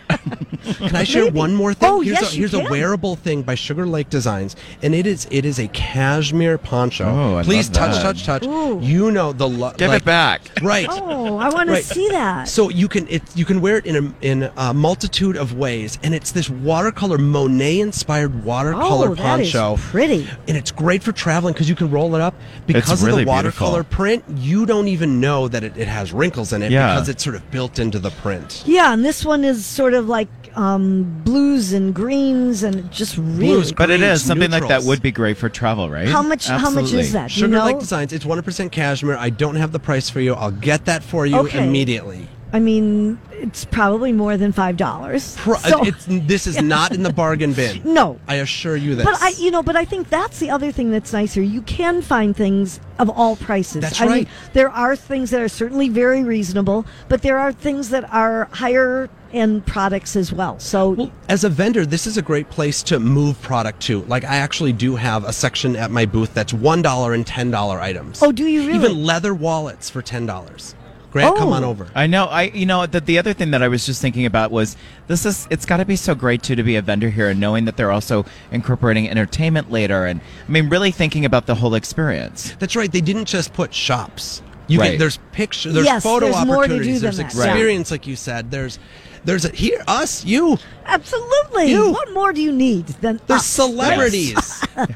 E: Can I share one more thing?
B: Oh,
E: here's
B: yes,
E: a,
B: you
E: here's
B: can.
E: a wearable thing by Sugar Lake Designs, and it is it is a cashmere poncho.
C: Oh, I
E: Please
C: love
E: touch,
C: that.
E: touch, touch,
B: Ooh.
E: You know the love.
C: Give it back.
E: Right.
B: Oh, I want
E: Right.
B: to see that.
E: So you can it you can wear it in a in a multitude of ways, and it's this watercolor Monet inspired watercolor
B: oh, that is
E: poncho.
B: pretty.
E: and it's great for traveling because you can roll it up because of
C: really
E: the watercolor
C: beautiful.
E: print you don't even know that it, it has wrinkles in it
C: Yeah.
E: because it's sort of built into the print
B: Yeah, and this one is sort of like um, blues and greens, and just really.
E: Blues,
C: But it
E: Greens,
C: is something like that
E: neutrals.
C: would be great for travel, right?
B: How much? How much
C: Absolutely.
B: is that? Do
E: sugar
B: you know?
E: lake designs it's 1% cashmere i don't have the price for you i'll get that for you
B: Okay.
E: immediately
B: I mean, it's probably more than five dollars.
E: Pro- it's, this is not in the bargain bin
B: No.
E: i assure you this
B: But I, you know, but I think that's the other thing that's nicer. You can find things of all prices.
E: That's
B: I mean,
E: right.
B: there are things that are certainly very reasonable, but there are things that are higher end products as well. So
E: Well, as a vendor, this is a great place to move product to. Like, I actually do have a section at my booth that's one dollar and ten dollar items.
B: Oh, do you really?
E: Even leather wallets for ten dollars. Grant, come
B: Oh.
E: on over.
C: I know. I you know that the other thing that I was just thinking about was this is it's got to be so great too to be a vendor here and knowing that they're also incorporating entertainment later and I mean really thinking about the whole experience.
E: That's right. They didn't just put shops. You
C: Right.
E: can, there's picture, there's
B: Yes,
E: photo
B: there's more to do
E: opportunities,
B: than
E: there's
B: that, yeah.
E: experience, like you said. There's, there's a, here us, you.
B: absolutely,
E: You-
B: what more do you need than
E: There's
B: us?
E: celebrities.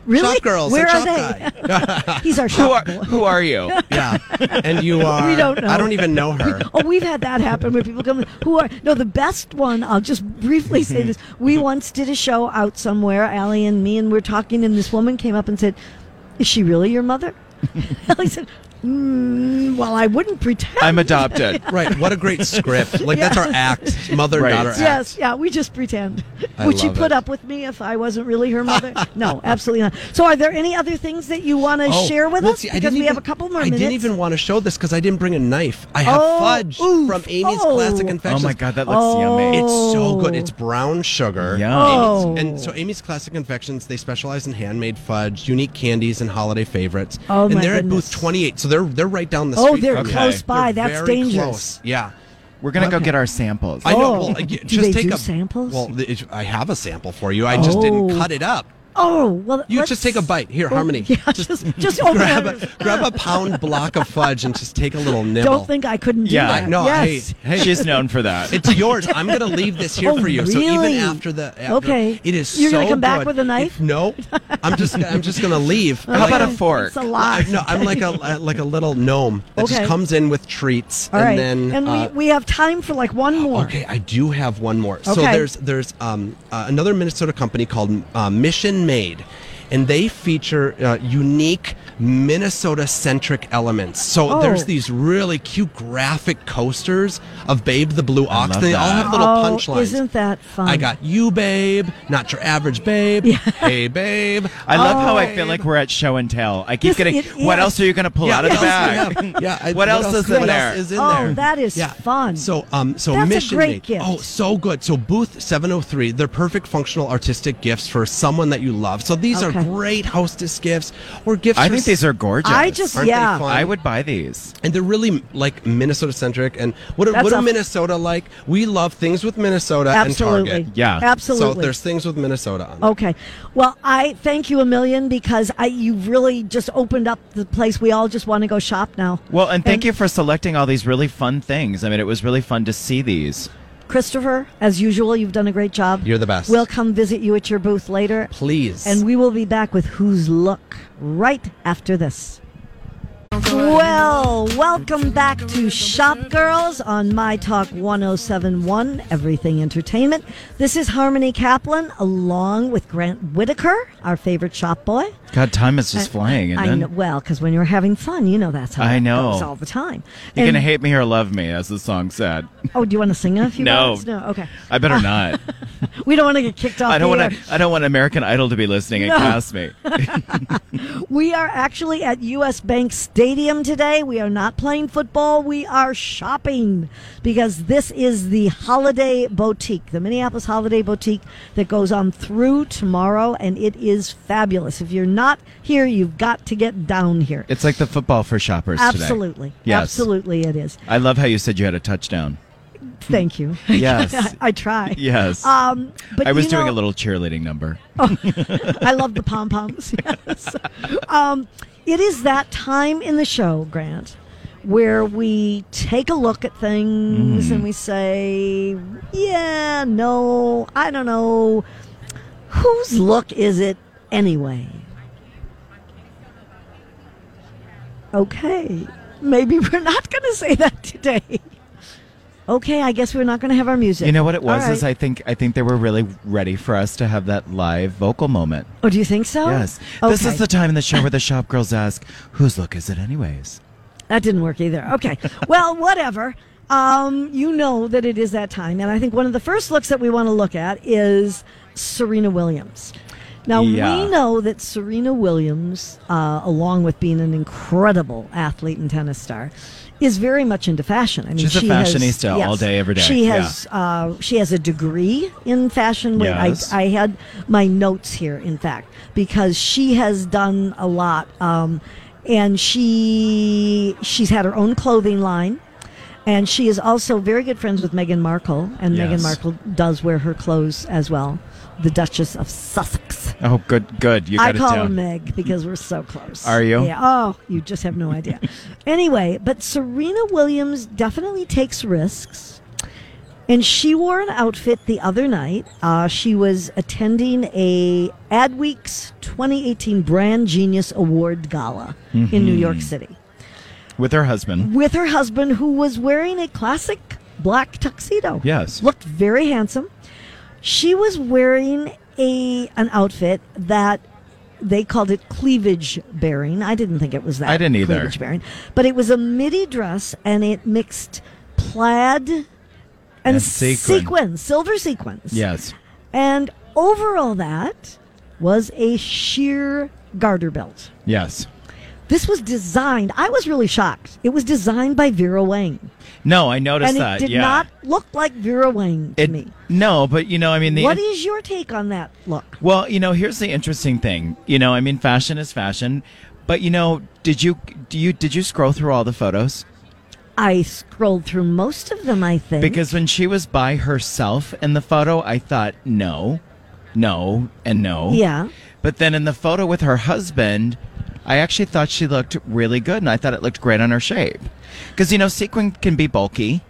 B: Really?
E: Shop girls.
B: Where
E: and
B: are
E: shop
B: they?
E: guy.
B: He's our
C: Who are
B: shop. boy.
C: who are you?
E: yeah, and you are.
B: We don't know.
E: I don't even know her.
B: Oh, we've had that happen where people come. Who are no? The best one. I'll just briefly say this. We once did a show out somewhere, Allie and me, and we're talking, and this woman came up and said, "Is she really your mother?" Allie said, mm, "Well, I wouldn't pretend."
C: I'm adopted.
E: Right. What a great script. Like that's our act, mother
C: Right.
E: daughter act.
B: Yes, yeah, we just pretend.
E: I
B: Would she
E: love
B: put
E: it.
B: up with me if I wasn't really her mother? no, absolutely not. So, are there any other things that you want to
E: Oh,
B: share with
E: well,
B: us?
E: see, I
B: because
E: didn't
B: we
E: even-
B: have a couple more
E: I
B: minutes.
E: didn't even want to show this because I didn't bring a knife. I have
B: Oh,
E: fudge
B: oof.
E: from Amy's
B: Oh.
E: Classic
C: oh
E: Confections.
C: my god, that looks yummy.
E: It's so good.
B: Oh.
E: It's brown sugar.
C: Yum.
B: Oh.
E: Amy's- and so Amy's Classic Confections, they specialize in handmade fudge, unique candies, and holiday favorites.
B: Oh,
E: and
B: my
E: they're
B: goodness.
E: at booth 28, so they're they're right down the
B: Oh,
E: street.
B: they're
E: from me.
B: close by.
E: They're
B: That's
E: very
B: dangerous.
E: Close. Yeah.
C: We're going to go
B: Okay.
C: get our samples.
E: I know.
B: Oh.
E: Well, uh,
B: Do
E: yeah, just
B: they
E: take
B: do
E: a,
B: samples?
E: Well, the- it- I have a sample for you. I just didn't
B: Oh.
E: cut it up.
B: Oh well,
E: You
B: let's- Oh,
E: just take a bite. Here, Harmony.
B: Yeah, just just open
E: grab
B: it.
E: a grab a pound block of fudge and just take a little nibble.
B: Don't think I couldn't do
C: Yeah.
B: that.
E: I know.
B: Yes.
E: Hey, hey,
C: She's known for that.
E: it's yours. I'm gonna leave this here
B: Oh,
E: for you. So even
B: really?
E: after the after-
B: Okay.
E: it is
B: You're
E: so
B: gonna come back
E: good.
B: with a knife?
E: It- no, I'm just I'm just gonna leave.
C: How
E: Like
C: about
E: a-
C: a fork?
B: It's a lot.
E: I- no, I'm like a like a little gnome that
B: Okay.
E: just comes in with treats
B: All
E: and
B: right.
E: then
B: and
E: uh,
B: we, we have time for like one more.
E: Okay, I do have one more. So
B: Okay.
E: there's there's um, uh, another Minnesota company called uh, Mission Made, and they feature uh, unique Minnesota-centric elements. So
B: Oh.
E: there's these really cute graphic coasters of Babe the Blue Ox.
C: love
E: and they all
C: that.
E: have little
B: Oh,
E: punchlines.
B: isn't that fun?
E: I got you, babe. Not your average babe. Hey, babe.
C: I love how I
E: Oh.
C: feel like we're at show and tell. I
B: Yes,
C: keep getting.
B: it
C: What
B: is.
C: else are you going to pull
E: Yeah,
C: out of the
E: what else
C: bag?
E: do we have? Yeah, I-
C: what, else is in
E: what
C: there?
E: else is in
B: Oh,
E: there?
B: that is fun.
E: So, um, so
B: That's a
E: mission
B: great
E: made.
B: gift.
E: Oh, so good. So booth 703, they're perfect functional artistic gifts for someone that you love. So these
B: Okay.
E: are great hostess gifts or gifts.
C: I
E: for
C: think
E: s-
C: these are gorgeous.
B: I just
E: Aren't they
B: yeah.
E: fun?
C: I would buy these.
E: and they're really like Minnesota centric. And what a,
B: That's
E: what a
B: a-
E: Minnesota like? We love things with Minnesota
B: Absolutely.
E: and Target.
C: Yeah.
B: Absolutely. Oh.
E: So there's things with Minnesota on. it.
B: Okay. Well, I thank you a million because I you really just opened up the place. We all just want to go shop now.
C: Well, and thank you for selecting all these really fun things. I mean, it was really fun to see these.
B: Christopher, as usual, you've done a great job.
E: You're the best.
B: We'll come visit you at your booth later.
E: Please.
B: And we will be back with Who's Look right after this.
A: Don't go
B: Well, welcome back to Shop Girls on My Talk 1071, Everything Entertainment. This is Harmony Kaplan along with Grant Whitaker, our favorite shop boy.
C: God, time is just flying.
B: I
C: Isn't
B: know,
C: it?
B: well, because when you're having fun, you know that's how
C: I
B: it
C: know.
B: goes all the time.
C: You're
B: And-
C: gonna hate me or love me, as the song said.
B: oh, do you want to sing a few
C: No.
B: minutes? No. Okay.
C: I better not.
B: We don't want to get kicked off
C: I don't
B: the
C: want
B: air.
C: to. I don't want American Idol to be listening and
B: No.
C: cast me.
B: We are actually at US Bank Stadium today. We are not playing football. We are shopping because this is the Holiday Boutique, the Minneapolis Holiday Boutique that goes on through tomorrow, and it is fabulous. If you're not here, you've got to get down here.
C: It's like the football for shoppers. today.
B: Absolutely.
C: Yes.
B: Absolutely, it is.
C: I love how you said you had a touchdown.
B: Thank you.
C: Yes.
B: I try.
C: Yes.
B: Um, but
C: I was
B: you
C: doing
B: know-
C: a little cheerleading number.
B: I love the pom poms. Yes. Um, it is that time in the show, Grant, where we take a look at things
C: Mm.
B: and we say, yeah, no, I don't know. Whose look is it anyway? Okay, maybe we're not going to say that today. Okay, I guess we're not going to have our music.
C: You know what it
B: All
C: was is
B: right.
C: I think I think they were really ready for us to have that live vocal moment.
B: Oh, do you think so?
C: Yes. This is
B: Okay.
C: the time in the show where the shop girls ask, "Whose look is it anyways?"
B: That didn't work either. Okay. well, whatever. Um, you know that it is that time. And I think one of the first looks that we want to look at is Serena Williams. Now,
C: Yeah.
B: we know that Serena Williams, uh, along with being an incredible athlete and tennis star, is very much into fashion. I mean,
C: She's a
B: she has-
C: fashionista all day, every day.
B: She
C: Yeah.
B: has uh, she has a degree in fashion. Wait,
C: Yes.
B: I, I had my notes here, in fact, because she has done a lot, um, and she she's had her own clothing line, and she is also very good friends with Meghan Markle, and
C: Yes.
B: Meghan Markle does wear her clothes as well, the Duchess of Sussex.
C: Oh, good, good. You got
B: I
C: it
B: call her
C: down.
B: Meg because we're so close.
C: Are you?
B: Yeah. Oh, you just have no idea. anyway, but Serena Williams definitely takes risks. And she wore an outfit the other night. Uh, she was attending a Adweek's 2018 Brand Genius Award Gala in New
C: Mm-hmm.
B: York City
C: With her husband.
B: with her husband, who was wearing a classic black tuxedo.
C: Yes.
B: looked very handsome. She was wearing a an outfit that they called it cleavage bearing. I didn't think it was that.
C: I didn't either.
B: Cleavage bearing, but it was a midi dress, and it mixed plaid and,
C: And sequin.
B: sequins, silver sequins.
C: Yes.
B: and over all that was a sheer garter belt.
C: Yes.
B: This was designed. I was really shocked. It was designed by Vera Wang,
C: No, I noticed
B: and it
C: that.
B: did
C: yeah.
B: not look like Vera Wang to
C: it,
B: me.
C: No, but you know, I mean, the
B: What is your take on that look?
C: Well, you know, here's the interesting thing. You know, I mean, fashion is fashion, but you know, did you do you did you scroll through all the photos?
B: Mm-hmm. I scrolled through most of them. I think
C: Because when she was by herself in the photo, I thought no, no, and no.
B: Yeah.
C: But then in the photo with her husband, I actually thought she looked really good, and I thought it looked great on her shape. Because you know, sequin can be bulky.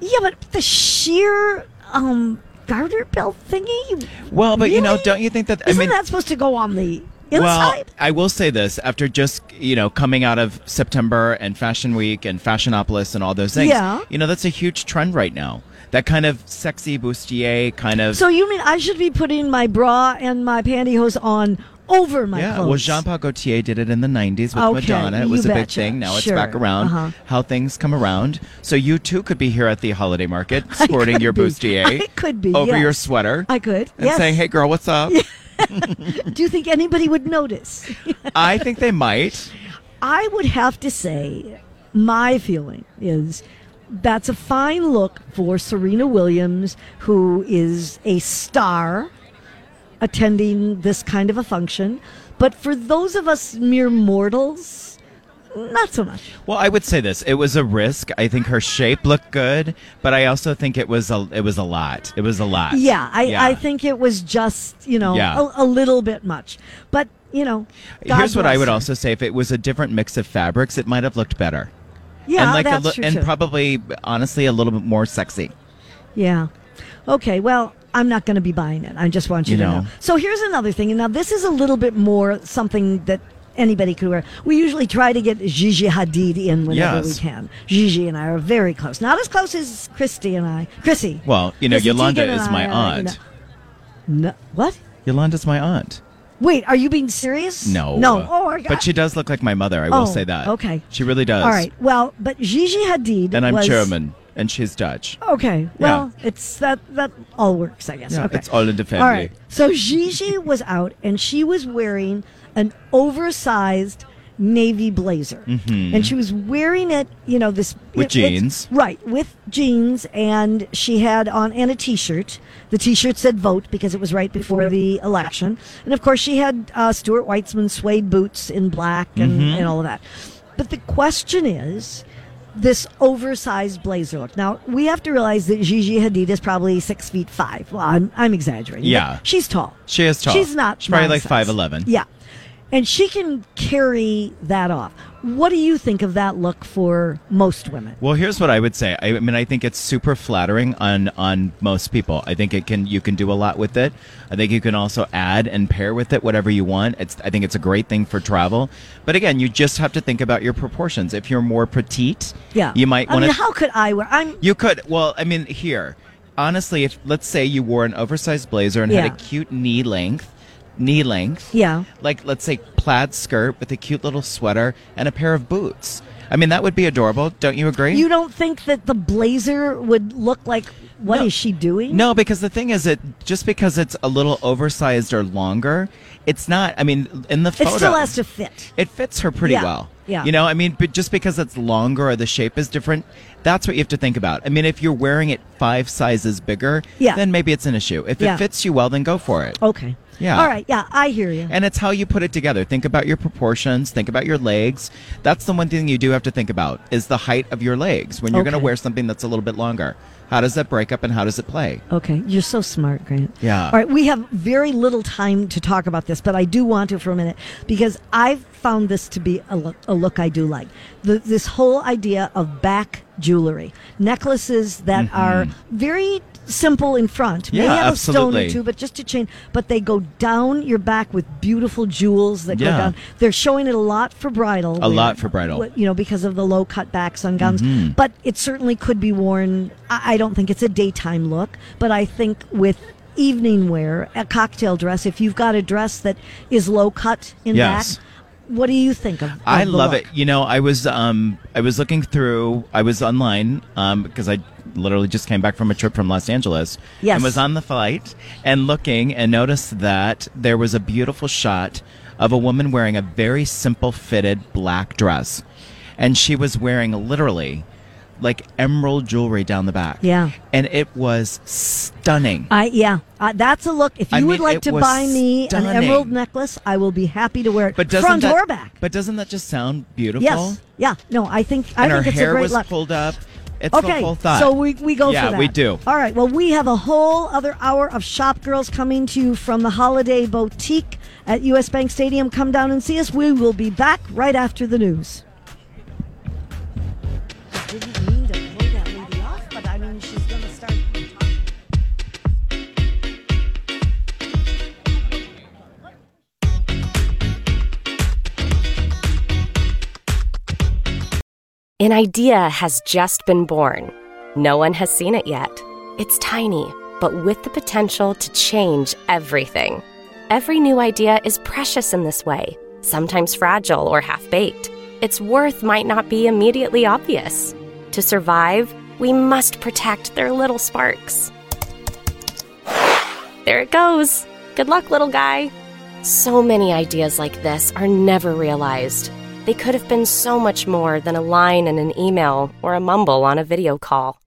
B: yeah, but the sheer um, garter belt thingy.
C: Well, but you know,
B: Really?
C: don't you think that?
B: Isn't
C: I mean,
B: that supposed to go on the
C: Well,
B: inside?
C: I will say this after just, you know, coming out of September and Fashion Week and Fashionopolis and all those things.
B: Yeah.
C: You know, that's a huge trend right now. That kind of sexy bustier kind of.
B: so you mean I should be putting my bra and my pantyhose on over my
C: yeah,
B: clothes?
C: well, Jean Paul Gaultier did it in the 90s with
B: Okay,
C: Madonna. It was
B: you
C: a big
B: betcha.
C: thing. Now it's
B: Sure.
C: back around.
B: Uh-huh.
C: How things come around. So you too could be here at the holiday market sporting
B: could
C: your
B: be.
C: bustier
B: I could be,
C: over
B: yes.
C: your sweater.
B: I could,
C: And
B: yes.
C: saying, hey, girl, what's up?
B: Do you think anybody would notice?
C: I think they might.
B: I would have to say, my feeling is that's a fine look for Serena Williams, who is a star attending this kind of a function. But for those of us mere mortals, not so much.
C: Well, I would say this: it was a risk. I think her shape looked good, but I also think it was a it was a lot. It was a lot.
B: Yeah, I, I think it was just, you know,
C: Yeah.
B: a, a little bit much. But, you know, God
C: Here's what I
B: bless
C: would
B: her.
C: also say: if it was a different mix of fabrics, it might have looked better.
B: Yeah,
C: and like
B: that's
C: a li-
B: true
C: and
B: too.
C: probably honestly a little bit more sexy.
B: Yeah. Okay. Well, I'm not going to be buying it. I just want you,
C: You
B: to know.
C: know.
B: So here's another thing. And now this is a little bit more something that anybody could wear. We usually try to get Gigi Hadid in whenever we
C: Yes.
B: can. Gigi and I are very close. Not as close as Christy and I. Chrissy.
C: Well, you know,
B: Chrissy
C: Yolanda
B: Teigen and
C: is
B: I
C: my
B: are, you
C: aunt.
B: know- no, what?
C: Yolanda's my aunt.
B: Wait, are you being serious?
C: No.
B: No. Oh, I got,
C: But she does look like my mother, I will
B: Oh,
C: say that.
B: okay.
C: She really does.
B: All right. Well, but Gigi Hadid.
C: And I'm
B: was,
C: German, and she's Dutch.
B: Okay. Well, it's that that all works, I guess.
C: Yeah,
B: okay.
C: it's all in the
B: All
C: family.
B: right. So Gigi was out, and she was wearing an oversized navy blazer, and she was wearing it. You know, this
C: Mm-hmm. With
B: it- it's-
C: jeans.
B: right? With jeans, and she had on and a t-shirt. The t-shirt said "Vote" because it was right before the election, and of course she had uh, Stuart Weitzman suede boots in black and,
C: Mm-hmm.
B: and all of that. But the question is this oversized blazer look. Now we have to realize that Gigi Hadid is probably six feet five. Well, I'm I'm exaggerating. but
C: Yeah.
B: she's tall.
C: She is tall.
B: She's not.
C: She's probably
B: my
C: like
B: size.
C: 5'11".
B: Yeah, and she can carry that off. What do you think of that look for most women?
C: Well, here's what I would say. I, I mean, I think it's super flattering on on most people. I think it can you can do a lot with it. I think you can also add and pair with it whatever you want. It's I think it's a great thing for travel. But again, you just have to think about your proportions. If you're more petite,
B: Yeah,
C: you might
B: I
C: want
B: mean,
C: to
B: how could I wear? I'm
C: You could. Well, I mean, here, honestly, if let's say you wore an oversized blazer and
B: Yeah.
C: had a cute knee length, knee length.
B: Yeah.
C: Like let's say plaid skirt with a cute little sweater and a pair of boots. I mean, that would be adorable. Don't you agree?
B: You don't think that the blazer would look like what is
C: No.
B: she doing?
C: No, because the thing is, it just because it's a little oversized or longer, it's not. I mean, in the
B: it
C: photo,
B: still has to fit.
C: It fits her pretty
B: Yeah,
C: well.
B: yeah.
C: You know, I mean, but just because it's longer or the shape is different, that's what you have to think about. I mean, if you're wearing it five sizes bigger,
B: Yeah.
C: then maybe it's an issue. If
B: Yeah. Oh.
C: it fits you well, then go for it.
B: Okay.
C: Yeah.
B: All right. Yeah, I hear you.
C: And it's how you put it together. Think about your proportions. Think about your legs. That's the one thing you do have to think about is the height of your legs when you're going
B: Okay.
C: to wear something that's a little bit longer. How does that break up and how does it play?
B: Okay, you're so smart, Grant.
C: Yeah.
B: All right, we have very little time to talk about this, but I do want to for a minute because I've found this to be a look, a look I do like. The, this whole idea of back jewelry, necklaces that are very simple in front, may
C: Mm-hmm. Yeah,
B: have a stone or
C: absolutely.
B: two, but just a chain, but they go down your back with beautiful jewels that go
C: Yeah.
B: down. They're showing it a lot for bridal.
C: A lot for bridal.
B: You know, because of the low cut backs on gowns,
C: Mm-hmm.
B: but it certainly could be worn. I, I don't think it's a daytime look, but I think with evening wear, a cocktail dress, if you've got a dress that is low cut in
C: Yes.
B: back, what do you think of? of
C: I
B: the
C: love
B: look?
C: it. You know, I was um I was looking through I was online um because I literally just came back from a trip from Los Angeles
B: Yes.
C: and was on the flight and looking and noticed that there was a beautiful shot of a woman wearing a very simple fitted black dress and she was wearing literally like emerald jewelry down the back.
B: Yeah.
C: And it was stunning.
B: I yeah, uh, that's a look. If you
C: I
B: would
C: mean,
B: like
C: it
B: to
C: was
B: buy me an
C: stunning.
B: emerald necklace, I will be happy to wear it.
C: but doesn't
B: front
C: that,
B: or back?
C: But doesn't that just sound beautiful?
B: yes, yeah. No, I think
C: And
B: I
C: her
B: think it's a
C: hair
B: great
C: was
B: look.
C: pulled up. It's
B: Okay,
C: the whole thought.
B: so we, we go
C: Yeah,
B: for that.
C: we do.
B: All right, well, we have a whole other hour of Shop Girls coming to you from the Holiday Boutique at US Bank Stadium. Come down and see us. We will be back right after the news. Didn't mean to pull that lady off, but I mean, she's going to start.
F: An idea has just been born. No one has seen it yet. It's tiny, but with the potential to change everything. Every new idea is precious in this way, sometimes fragile or half baked. Its worth might not be immediately obvious. To survive, we must protect their little sparks. There it goes. Good luck, little guy. So many ideas like this are never realized. They could have been so much more than a line in an email or a mumble on a video call.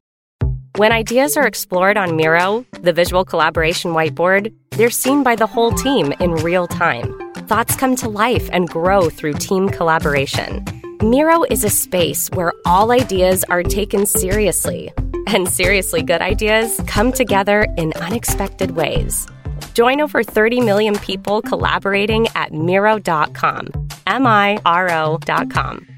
F: When ideas are explored on Miro, the visual collaboration whiteboard, they're seen by the whole team in real time. Thoughts come to life and grow through team collaboration. Miro is a space where all ideas are taken seriously, and seriously good ideas come together in unexpected ways. Join over 30 million people collaborating at Miro.com. M I R O.com.